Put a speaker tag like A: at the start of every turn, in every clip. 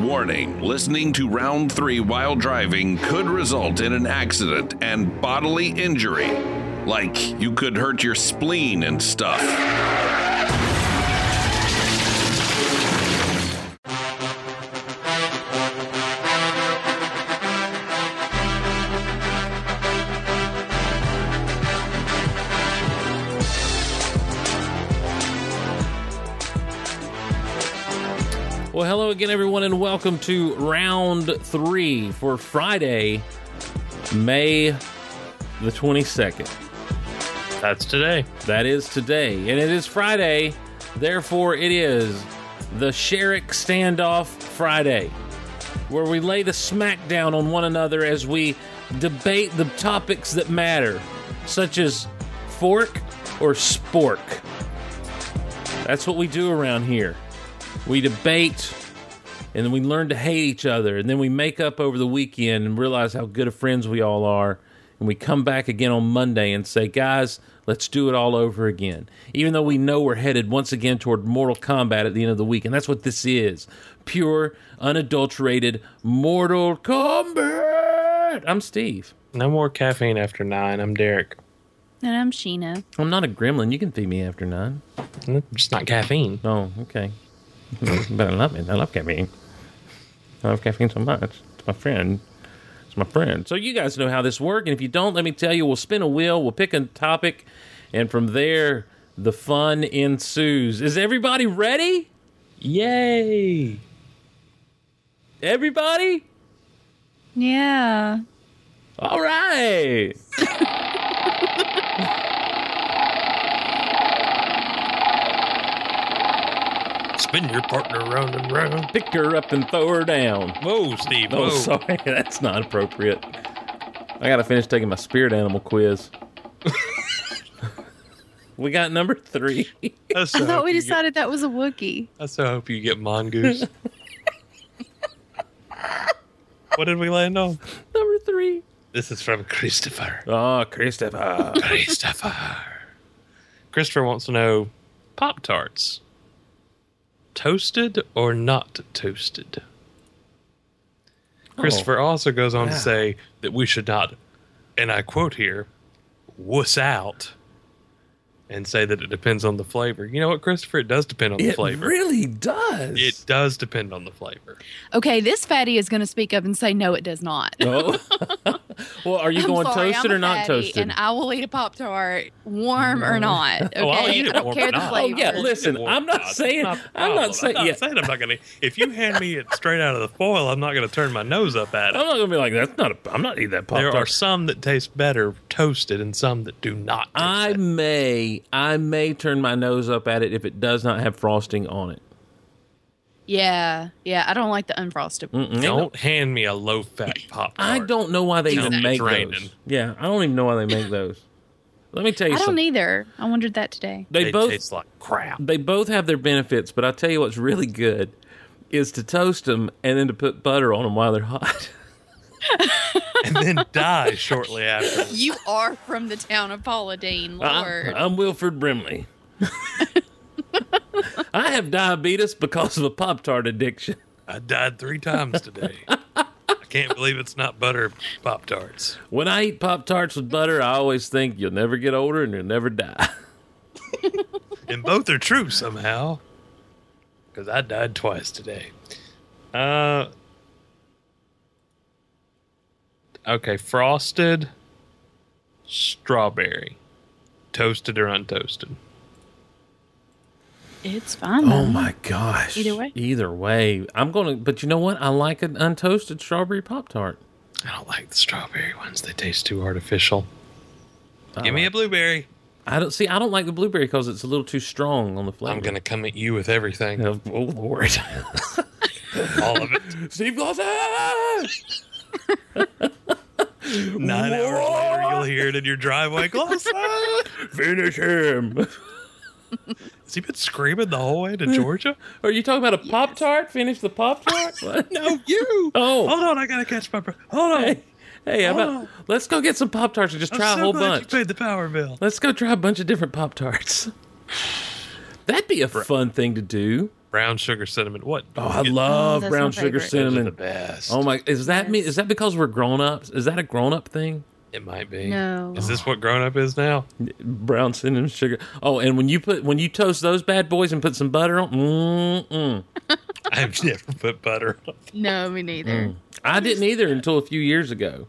A: Warning listening to round three while driving could result in an accident and bodily injury. Like you could hurt your spleen and stuff.
B: Well, hello again, everyone, and welcome to round three for Friday, May the 22nd.
C: That's today.
B: That is today, and it is Friday, therefore, it is the Sherrick Standoff Friday, where we lay the smackdown on one another as we debate the topics that matter, such as fork or spork. That's what we do around here. We debate, and then we learn to hate each other, and then we make up over the weekend and realize how good of friends we all are. And we come back again on Monday and say, guys, let's do it all over again. Even though we know we're headed once again toward Mortal Kombat at the end of the week, and that's what this is pure, unadulterated Mortal Kombat. I'm Steve.
C: No more caffeine after nine. I'm Derek.
D: And I'm Sheena.
B: I'm not a gremlin. You can feed me after nine.
C: And it's Just not caffeine.
B: Oh, okay. but I love it. I love caffeine. I love caffeine so much. It's my friend. It's my friend. So you guys know how this works, and if you don't, let me tell you. We'll spin a wheel. We'll pick a topic, and from there, the fun ensues. Is everybody ready?
C: Yay!
B: Everybody?
D: Yeah.
B: All right.
C: Spin your partner round and round.
B: Pick her up and throw her down.
C: Whoa, Steve.
B: Oh,
C: Whoa.
B: sorry. That's not appropriate. I gotta finish taking my spirit animal quiz. we got number three.
C: That's
D: I
C: so
D: thought
C: hope
D: we
C: you
D: decided that was a Wookiee.
C: Get, I so hope you get mongoose. what did we land on?
B: number three.
C: This is from Christopher.
B: Oh, Christopher.
C: Christopher. Christopher wants to know Pop Tarts. Toasted or not toasted? Christopher
B: Oh,
C: also goes on to say that we should not, and I quote here, wuss out and say that it depends on the flavor. You know what, Christopher? It does depend on the
B: It
C: flavor.
B: really does.
C: it does depend on the flavor.
D: Okay, this fatty is going to speak up and say, no, it does not.
B: No. Oh. well, are you
D: I'm
B: going
D: sorry,
B: toasted
D: I'm a
B: or not
D: fatty,
B: toasted?
D: And I will eat a Pop Tart, warm or not. Okay,
C: Oh, I'll eat it
D: I don't
C: warm or
D: care the
C: not.
B: oh
D: flavor.
B: yeah. Listen,
C: Well,
B: I'm
C: no,
B: not
C: that's
B: saying.
C: not the
B: I'm
C: problem.
B: not saying.
C: I'm not
B: yeah.
C: saying I'm not going to. If you hand me it straight out of the foil, I'm not going to turn my nose up at it.
B: I'm not gonna be like that's not. A, I'm not eating that pop
C: There are
B: tart.
C: some that taste better toasted and some that do not. Taste
B: I
C: it.
B: may. I may turn my nose up at it if it does not have frosting on it.
D: Yeah, yeah. I don't like the unfrosted.
B: Mm-mm, ain't no-
C: Don't hand me a low fat pop.
B: I
C: Tart.
B: don't know why they
C: Sounds
B: even make
C: draining.
B: those. Yeah, I don't even know why they make those. Let me tell you
D: I don't
B: something.
D: either. I wondered that today.
B: they,
C: They
B: both
C: taste like crap.
B: they both have their benefits, but I'll tell you what's really good is to toast them and then to put butter on them while they're hot.
C: and then die shortly after.
D: You are from the town of Paula Dean,
C: Uh-huh.
D: Lord.
B: I, am Wilfred Brimley. I have diabetes because of a Pop Tart addiction.
C: I died three times today. I can't believe it's not butter pop tarts.
B: When I eat Pop Tarts with butter, I always think you'll never get older and you'll never die.
C: and both are true somehow. Because I died twice today. Uh, okay, frosted strawberry, toasted or untoasted.
D: it's fine.
C: Oh
D: though.
B: gosh.
D: Either way.
B: Either way. I'm going to, but you know what? I like an untoasted strawberry Pop Tart.
C: I don't like the strawberry ones; they taste too artificial. Give me a blueberry.
B: I don't see, I don't like the blueberry because it's a little too strong on the flavor.
C: I'm gonna come at you with everything,
B: Oh, Lord.
C: all of it.
B: Steve Glosser!
C: Nine hours later, you'll hear it in your driveway. Close.
B: Finish him.
C: Has he been screaming the whole way to Georgia?
B: Are you talking about a Pop Tart? Finish the Pop Tart? What?
C: No, you.
B: Oh.
C: hold on, I gotta catch my breath. Hold on.
B: Hey, hey, how about
C: Oh.
B: let's go get some Pop Tarts and just
C: I'm
B: try a
C: so
B: whole
C: glad
B: bunch.
C: You paid the power bill.
B: Let's go try a bunch of different Pop Tarts. That'd be a fun thing to do.
C: brown sugar cinnamon. What?
B: Oh, I love
D: that's
B: brown
D: my
B: sugar
D: favorite.
C: Those are the
B: cinnamon.
C: best.
B: Oh my! Is that me? Is that because we're grown ups? Is that a grown up thing?
C: It might be.
D: No.
C: Is this what grown up is now?
B: Brown cinnamon sugar. Oh, and when you put when you toast those bad boys and put some butter on, mm-mm.
C: I've never put butter on.
D: No, me neither.
B: I didn't either until a few years ago.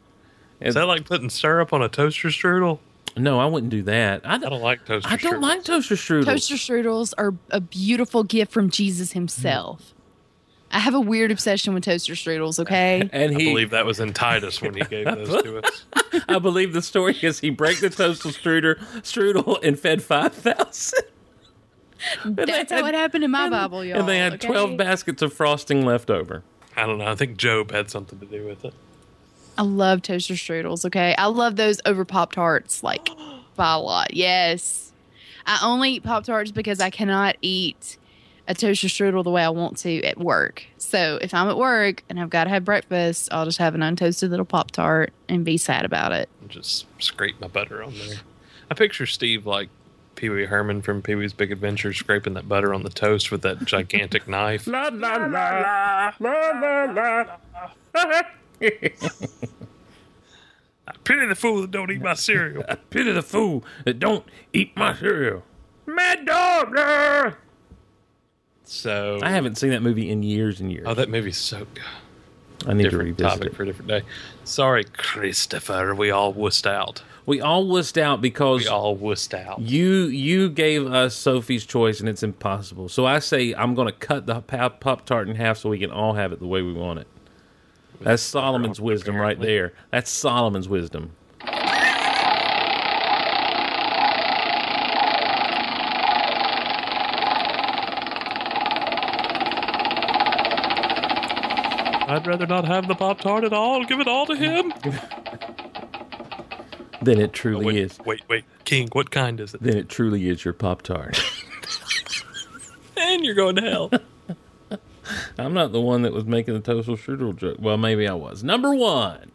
C: Is that like putting syrup on a toaster strudel?
B: No, I wouldn't do that. I
C: I
B: don't.
C: don't like toaster
B: I don't
C: strudels.
B: like toaster strudels.
D: Toaster strudels are a beautiful gift from Jesus himself. I have a weird obsession with toaster strudels, okay?
B: and
C: I
B: he,
C: believe that was in Titus when he gave those to us.
B: I believe the story is he broke the toaster strudel, strudel and fed five thousand.
D: That's how it happened in my Bible, y'all.
B: And they had
D: okay?
B: twelve baskets of frosting left over.
C: I don't know. I think Job had something to do with it.
D: I love toaster strudels, okay? I love those over Pop Tarts, like, by a lot. Yes. I only eat Pop Tarts because I cannot eat a toaster strudel the way I want to at work. So if I'm at work and I've got to have breakfast, I'll just have an untoasted little Pop Tart and be sad about it.
C: Just scrape my butter on there. I picture Steve like Pee Wee Herman from Pee Wee's Big Adventure scraping that butter on the toast with that gigantic knife.
B: La la la la la la.
C: I pity the fool that don't eat my cereal.
B: Pity the fool that don't eat my cereal. Mad dog.
C: So
B: I haven't seen that movie in years and years.
C: Oh, that movie's so good.
B: I need to
C: different
B: revisit
C: topic
B: it.
C: for a different day. Sorry, Christopher. We all wussed out.
B: We all wussed out because
C: We all wussed out.
B: You you gave us Sophie's choice and it's impossible. So I say I'm going to cut the pop tart in half so we can all have it the way we want it. That's Solomon's wisdom right there. That's Solomon's wisdom.
C: I'd rather not have the Pop Tart at all. Give it all to him.
B: Then it truly
C: Wait,
B: is.
C: wait, wait. King, what kind is it?
B: Then it truly is your pop tart.
C: And you're going to hell.
B: I'm not the one that was making the toastal strudel joke. Well, maybe I was. Number one.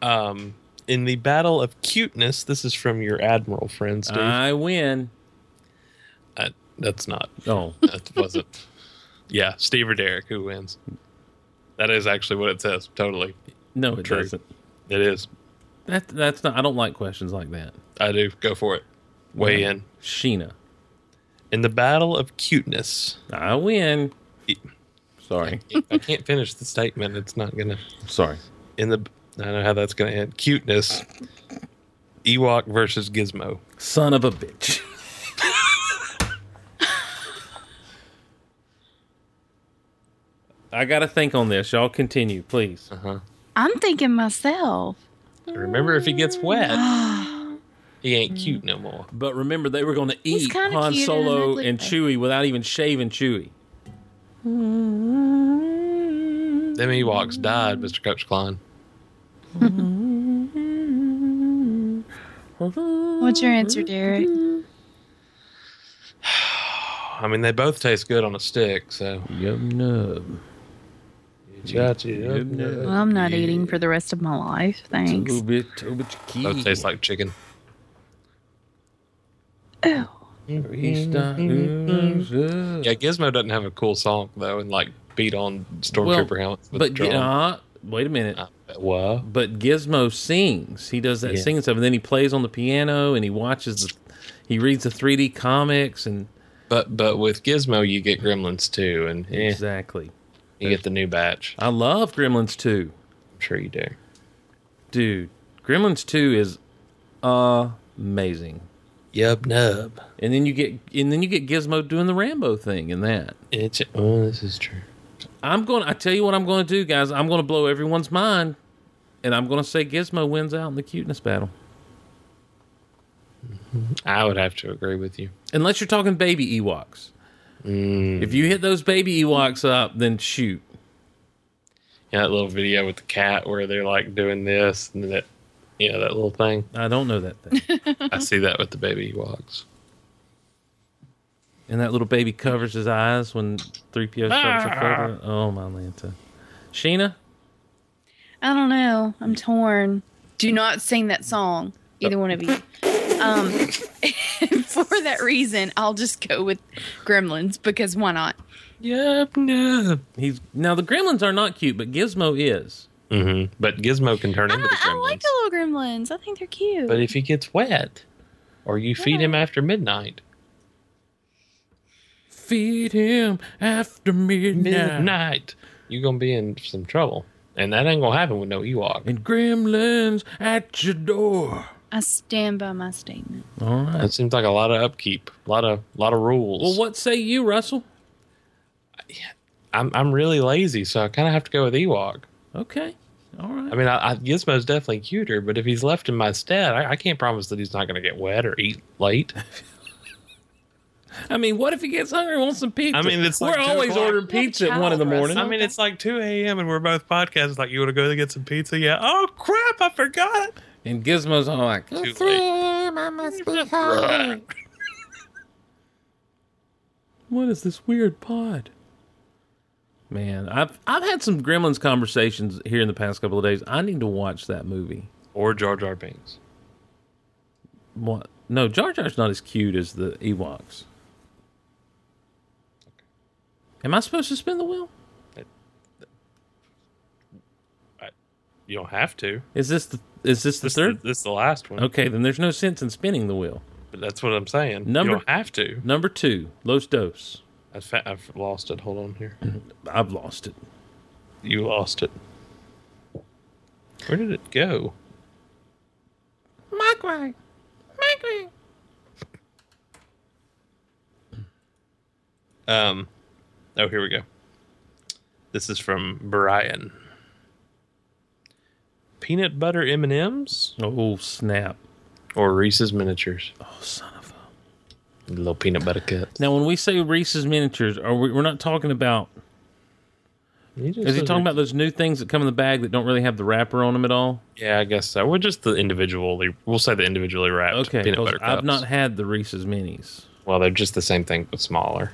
C: um, in the battle of cuteness, this is from your admiral friend, Steve.
B: I win.
C: Uh, that's not.
B: Oh,
C: That wasn't. yeah, Steve or Derek, who wins? That is actually what it says. Totally.
B: no it
C: True.
B: doesn't.
C: It is.
B: That that's not I don't like questions like that.
C: I do. Go for it. Weigh in.
B: Sheena.
C: In the battle of cuteness,
B: I win.
C: E,
B: Sorry.
C: I can't finish the statement. It's not gonna.
B: Sorry.
C: In the, I don't know how that's gonna end. Cuteness. Ewok versus Gizmo.
B: Son of a bitch. I got to think on this. Y'all continue, please.
D: I'm thinking myself.
C: Remember, if he gets wet, he ain't cute no more.
B: But remember, they were going to eat
D: kinda
B: Han
D: cute in an
B: Solo
D: ugly
B: and
D: way.
B: Chewie without even shaving Chewie.
C: Them Ewoks died, Mr. Coach Klein.
D: What's your answer, Derek?
C: I mean, they both taste good on a stick, so.
B: Yum nub. Yum
C: Both
B: nub.
D: Well, I'm not eating for the rest of my life. Thanks.
B: Little bit, little bit key.
C: taste like chicken.
D: Ew. Mm-hmm.
C: Yeah, Gizmo doesn't have a cool song, though, and like beat on
B: Well,
C: Stormtrooper helmets. with
B: but
C: the
B: Gi-
C: drum.
B: uh, wait a minute.
C: Uh, what?
B: But Gizmo sings. He does that
C: Yeah.
B: singing stuff, and then he plays on the piano, and he watches the, he reads the 3D comics, and
C: But but with Gizmo, you get Gremlins too, and eh,
B: exactly.
C: you get the new batch.
B: I love Gremlins 2,
C: I'm sure you do.
B: dude. Gremlins 2 is amazing.
C: Yub nub.
B: And then you get and then you get Gizmo doing the Rambo thing in that.
C: It's oh, this is true.
B: I'm going to I tell you what I'm going to do, guys. I'm going to blow everyone's mind and I'm going to say Gizmo wins out in the cuteness battle.
C: I would have to agree with you.
B: Unless you're talking baby Ewoks. If you hit those baby Ewoks up, then shoot.
C: Yeah, that little video with the cat where they're like doing this and that, you know, that little thing.
B: I don't know that thing.
C: I see that with the baby walks.
B: And that little baby covers his eyes when 3PO starts a photo. Oh, my Lanta. Sheena?
D: I don't know. I'm torn. Do not sing that song, either one of you. Um, for that reason, I'll just go with Gremlins because why not?
C: Yep, yep.
B: He's now the gremlins are not cute, but Gizmo is.
C: Mm-hmm. But Gizmo can turn
D: I,
C: into the
D: Ah, I
C: gremlins.
D: like the little Gremlins. I think they're cute.
C: But if he gets wet, or you feed him after midnight,
B: Feed him after midnight.
C: midnight, you're gonna be in some trouble, and that ain't gonna happen with no Ewok.
B: And gremlins at your door.
D: I stand by my statement.
B: All right.
C: That seems like a lot of upkeep, a lot of lot of rules.
B: Well, what say you, Russell?
C: I'm I'm really lazy, so I kind of have to go with Ewok.
B: Okay. All right.
C: I mean, I, I, Gizmo's definitely cuter, but if he's left in my stead, I, I can't promise that he's not gonna get wet or eat late.
B: I mean, what if he gets hungry and wants some pizza?
C: I mean, it's
B: we're
C: like two
B: always
C: o'clock.
B: ordering
D: You have a
B: pizza at one in the
D: child, Russell.
B: morning.
C: I mean,
D: Okay.
C: it's like 2 a.m. and we're both podcasting. Like, you want to go get some pizza? Yeah. Oh, crap. I forgot.
B: And Gizmo's all like,
C: late.
B: "It's 3 a.m., I must be hungry." what is this weird pod? Man, I've I've had some Gremlins conversations here in the past couple of days. I need to watch that movie.
C: Or Jar Jar Binks.
B: What? No, Jar Jar's not as cute as the Ewoks. Am I supposed to spin the wheel?
C: You don't have to.
B: Is this the is this the
C: This,
B: third?
C: Is, the- this is the last one.
B: Okay, then there's no sense in spinning the wheel.
C: But that's what I'm saying.
B: Number-
C: you don't have to.
B: Number two, Los Dos.
C: I fa- I've lost it. Hold on here.
B: I've lost it.
C: You lost it. Where did it go?
B: Microwave. Microwave.
C: Um, oh, here we go. This is from Brian. Peanut butter M and M's
B: Oh snap!
C: or Reese's miniatures.
B: Oh son of a.
C: Little peanut butter cups.
B: Now, when we say Reese's miniatures, are we, we're not talking about? Is he talking about those new things that come in the bag that don't really have the wrapper on them at all?
C: Yeah, I guess so. We're just the individually. We'll say the individually wrapped
B: Okay,
C: peanut
B: 'cause
C: butter cups.
B: I've not had the Reese's minis.
C: well, they're just the same thing but smaller.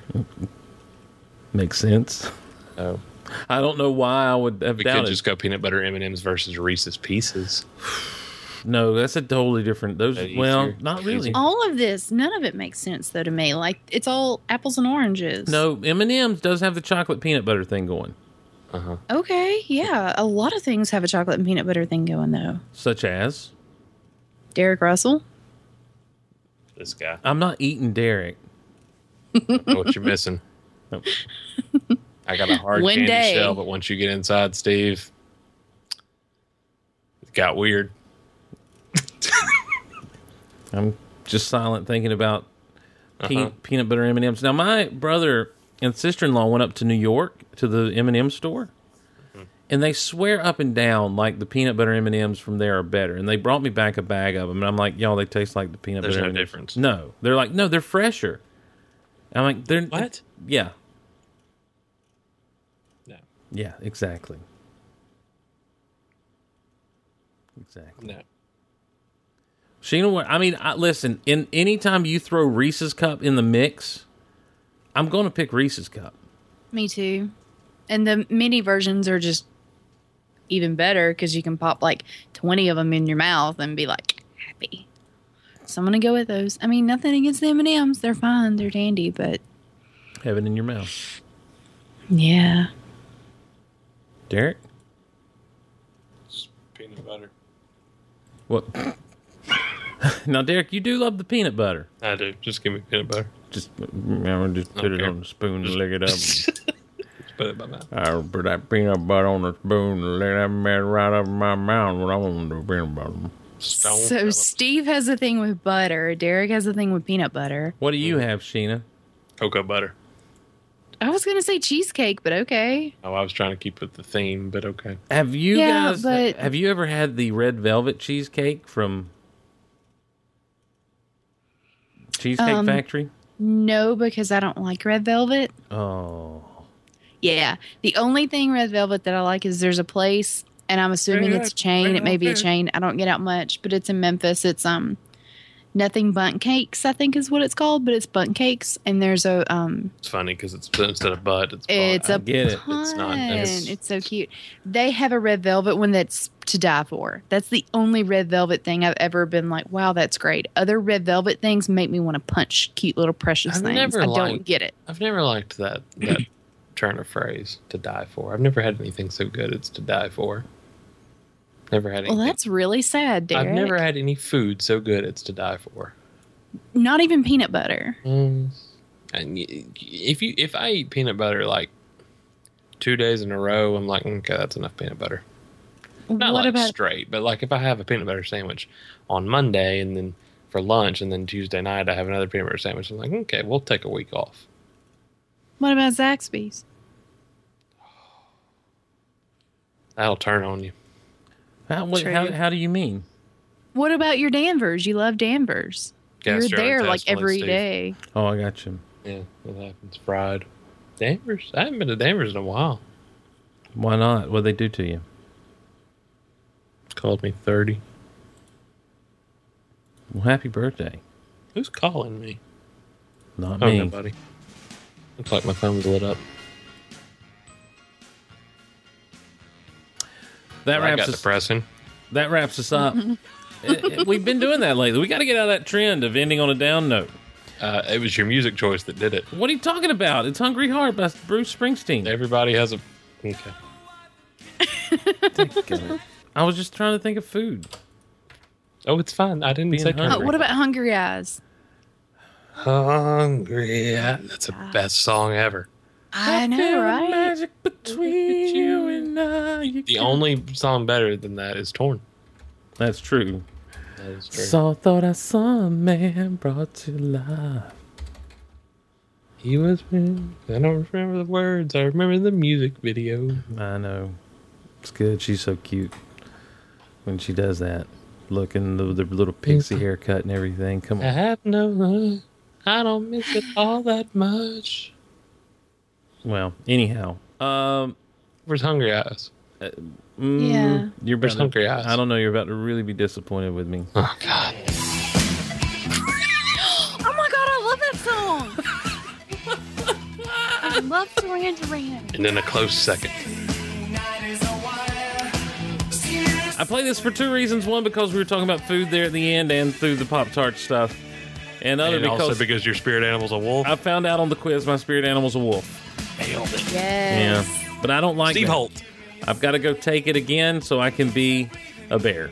B: Makes sense.
C: So
B: I don't know why I would have
C: we
B: doubted.
C: could just go peanut butter M and M's versus Reese's Pieces.
B: No, that's a totally different. Those
C: That
B: well,
C: easier?
B: not really.
C: Easier.
D: All of this, none of it makes sense though to me. Like it's all apples and oranges.
B: No, M and M's does have the chocolate peanut butter thing going,
D: Okay, yeah. A lot of things have a chocolate and peanut butter thing going though.
B: such as
D: Derek Russell.
C: This guy,
B: I'm not eating Derek.
C: I know what you're missing.
B: Nope.
C: I got a hard
D: One
C: candy
D: day.
C: shell, but once you get inside, Steve, it got weird.
B: I'm just silent thinking about pe-
C: Uh-huh.
B: peanut butter M and M's. Now, my brother and sister in law went up to New York to the M and M store, and they swear up and down like the peanut butter M and M's from there are better. And they brought me back a bag of them, and I'm like, y'all, they taste like the peanut
C: There's
B: butter. M&Ms."
C: no difference.
B: No, they're like, no, they're fresher. I'm like, they're
C: What?
B: Yeah,
C: No,
B: yeah, exactly, exactly.
C: no.
B: Sheena, Wa- I mean, I, listen. In anytime you throw Reese's cup in the mix, I'm going to pick Reese's cup.
D: Me too. And the mini versions are just even better because you can pop like 20 of them in your mouth and be like happy. So I'm gonna go with those. I mean, nothing against the M&Ms. They're fine. They're dandy, but
B: Have it in your mouth,
D: yeah.
B: Derek.
C: Just peanut butter.
B: What? now, Derek, you do love the peanut butter.
C: I do. Just give me peanut butter.
B: Just, remember, just put it
C: Okay.
B: on the spoon and lick it up.
C: Put it in my mouth.
B: I put that peanut butter on the spoon and lick that man right up in my mouth when I want the peanut butter.
C: Stone
D: so
C: Phillips.
D: Steve has a thing with butter. Derek has a thing with peanut butter.
B: What do you have, Sheena?
C: cocoa butter.
D: I was gonna say cheesecake, but okay.
C: Oh, I was trying to keep with the theme, but okay.
B: Have you
D: Yeah,
B: guys?
D: but-
B: Have you ever had the red velvet cheesecake from Cheesecake
D: Um,
B: Factory?
D: No, because I don't like red velvet.
B: Oh.
D: Yeah. The only thing red velvet that I like is there's a place, and I'm assuming
C: Red
D: it's a chain. It may be a
C: Velvet.
D: chain. I don't get out much, but it's in Memphis. It's um nothing bun cakes, I think is what it's called, but it's bun cakes. And there's a um,
C: It's funny because it's instead of butt, it's butt.
D: it's
B: I
D: a
B: get it.
D: pun.
C: It's not- it's-
D: It's, so cute. They have a red velvet one that's to die for. That's the only red velvet thing I've ever been like, wow, that's great. Other red velvet things make me want to punch cute little precious
C: I've
D: things.
C: never
D: I
C: liked-
D: don't get it.
C: I've never liked that that turn of phrase to die for. I've never had anything so good. It's to die for. Never had
D: Well,
C: anything.
D: that's really sad, Derek.
C: I've never had any food so good. It's to die for.
D: Not even peanut butter.
C: Mm. And y- if you if I eat peanut butter like two days in a row, I'm like, okay, that's enough peanut butter. Not
D: what
C: like
D: about
C: straight, but like if I have a peanut butter sandwich on Monday and then for lunch, and then Tuesday night I have another peanut butter sandwich, I'm like, okay, we'll take a week off.
D: what about Zaxby's?
C: That'll turn on you.
B: How, what, how,
D: True.
B: how do you mean?
D: What about your Danvers? You love Danvers. You're there like
C: Gastrointestinal,
D: every
C: Steve.
D: day.
B: Oh, I got you.
C: Yeah, it happens. Fried. Danvers. I haven't been to Danvers in a while.
B: Why not? What they do to you?
C: Called me thirty.
B: Well, happy birthday.
C: Who's calling me?
B: Not
C: Oh,
B: me.
C: nobody. Looks like my phone's lit up.
B: That
C: I
B: wraps
C: got
B: us.
C: depressing.
B: That wraps us up. It- it- we've been doing that lately. We got to get out of that trend of ending on a down note.
C: Uh, it was your music choice that did it.
B: What are you talking about? It's "Hungry Heart" by Bruce Springsteen.
C: Everybody has a. Okay.
B: I was just trying to think of food.
C: Oh, it's fine. I didn't
B: Being
C: say
B: hungry.
D: Oh, what about Hungry Eyes?
C: hungry. Yeah, that's the best song ever.
D: I know,
B: feel the
D: right?
B: Magic between you and I. You
C: The
B: can-
C: only song better than that is Torn.
B: That's true.
C: That is true.
B: So I thought I saw a man brought to life.
C: he was. I don't remember the words. I remember the music video.
B: I know. It's good. She's so cute when she does that. Looking the, the little pixie haircut and everything. Come
C: I
B: on.
C: have no love. I don't miss it all that much.
B: Well, anyhow. Um,
C: Where's Hungry Eyes?
B: mm,
D: Yeah.
B: You're about
C: There's
B: to-
C: hungry eyes.
B: I don't know. You're about to really be disappointed with me.
C: Oh God!
D: Oh my god, I love that song. I love Duran Duran.
C: And then a close second.
B: I play this for two reasons. One, because we were talking about food there at the end and through the Pop Tart stuff. And other,
C: and
B: because
C: also because your spirit animal's a wolf.
B: I found out on the quiz my spirit animal's a wolf.
D: Yes.
B: Yeah. But I don't like
C: Steve
B: that.
C: Holt.
B: I've got to go take it again so I can be a bear.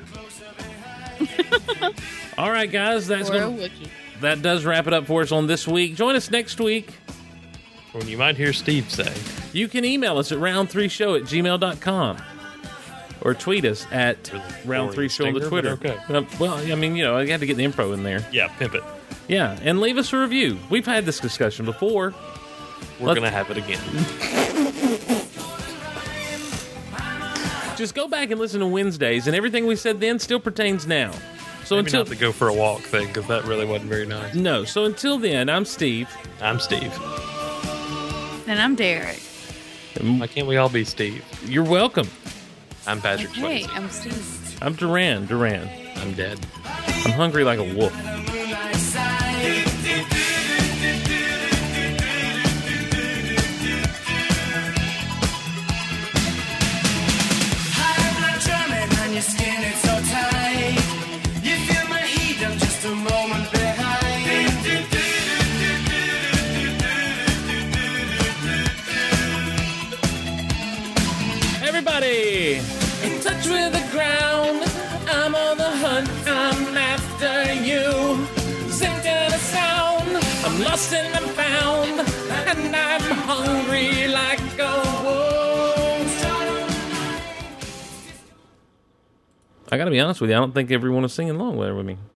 B: All right, guys, that's
D: Or a
B: gonna,
D: Wookiee.
B: that does wrap it up for us on this week. Join us next week.
C: When you might hear Steve say,
B: You can email us at round3show at gmail.com or tweet us at
C: Really boring
B: round3show on the Twitter.
C: stinger, but
B: Uh, well, I mean, you know, I had to get the info in there.
C: "Yeah, pimp it."
B: Yeah, and leave us a review. We've had this discussion before.
C: We're
B: Let's-
C: gonna have it again.
B: Just go back and listen to Wednesdays, and everything we said then still pertains now. So
C: Maybe
B: until
C: not the go for a walk thing because that really wasn't very nice.
B: no, so until then, I'm Steve.
C: I'm Steve.
D: And I'm Derek.
C: Why can't we all be Steve?
B: You're welcome.
C: I'm Patrick
D: Okay,
C: Swayze.
D: I'm Steve.
B: I'm Duran. Duran.
C: I'm dead.
B: I'm hungry like a wolf.
E: I'm not drumming on your skin, it's so tight. You feel my heat, I'm just a moment behind.
B: Everybody, in touch with the ground. I'm on the hunt. I'm after you. Singing a sound. I'm lost and I'm found, and I'm hungry like a wolf. I gotta be honest with you. I don't think everyone is singing along with me.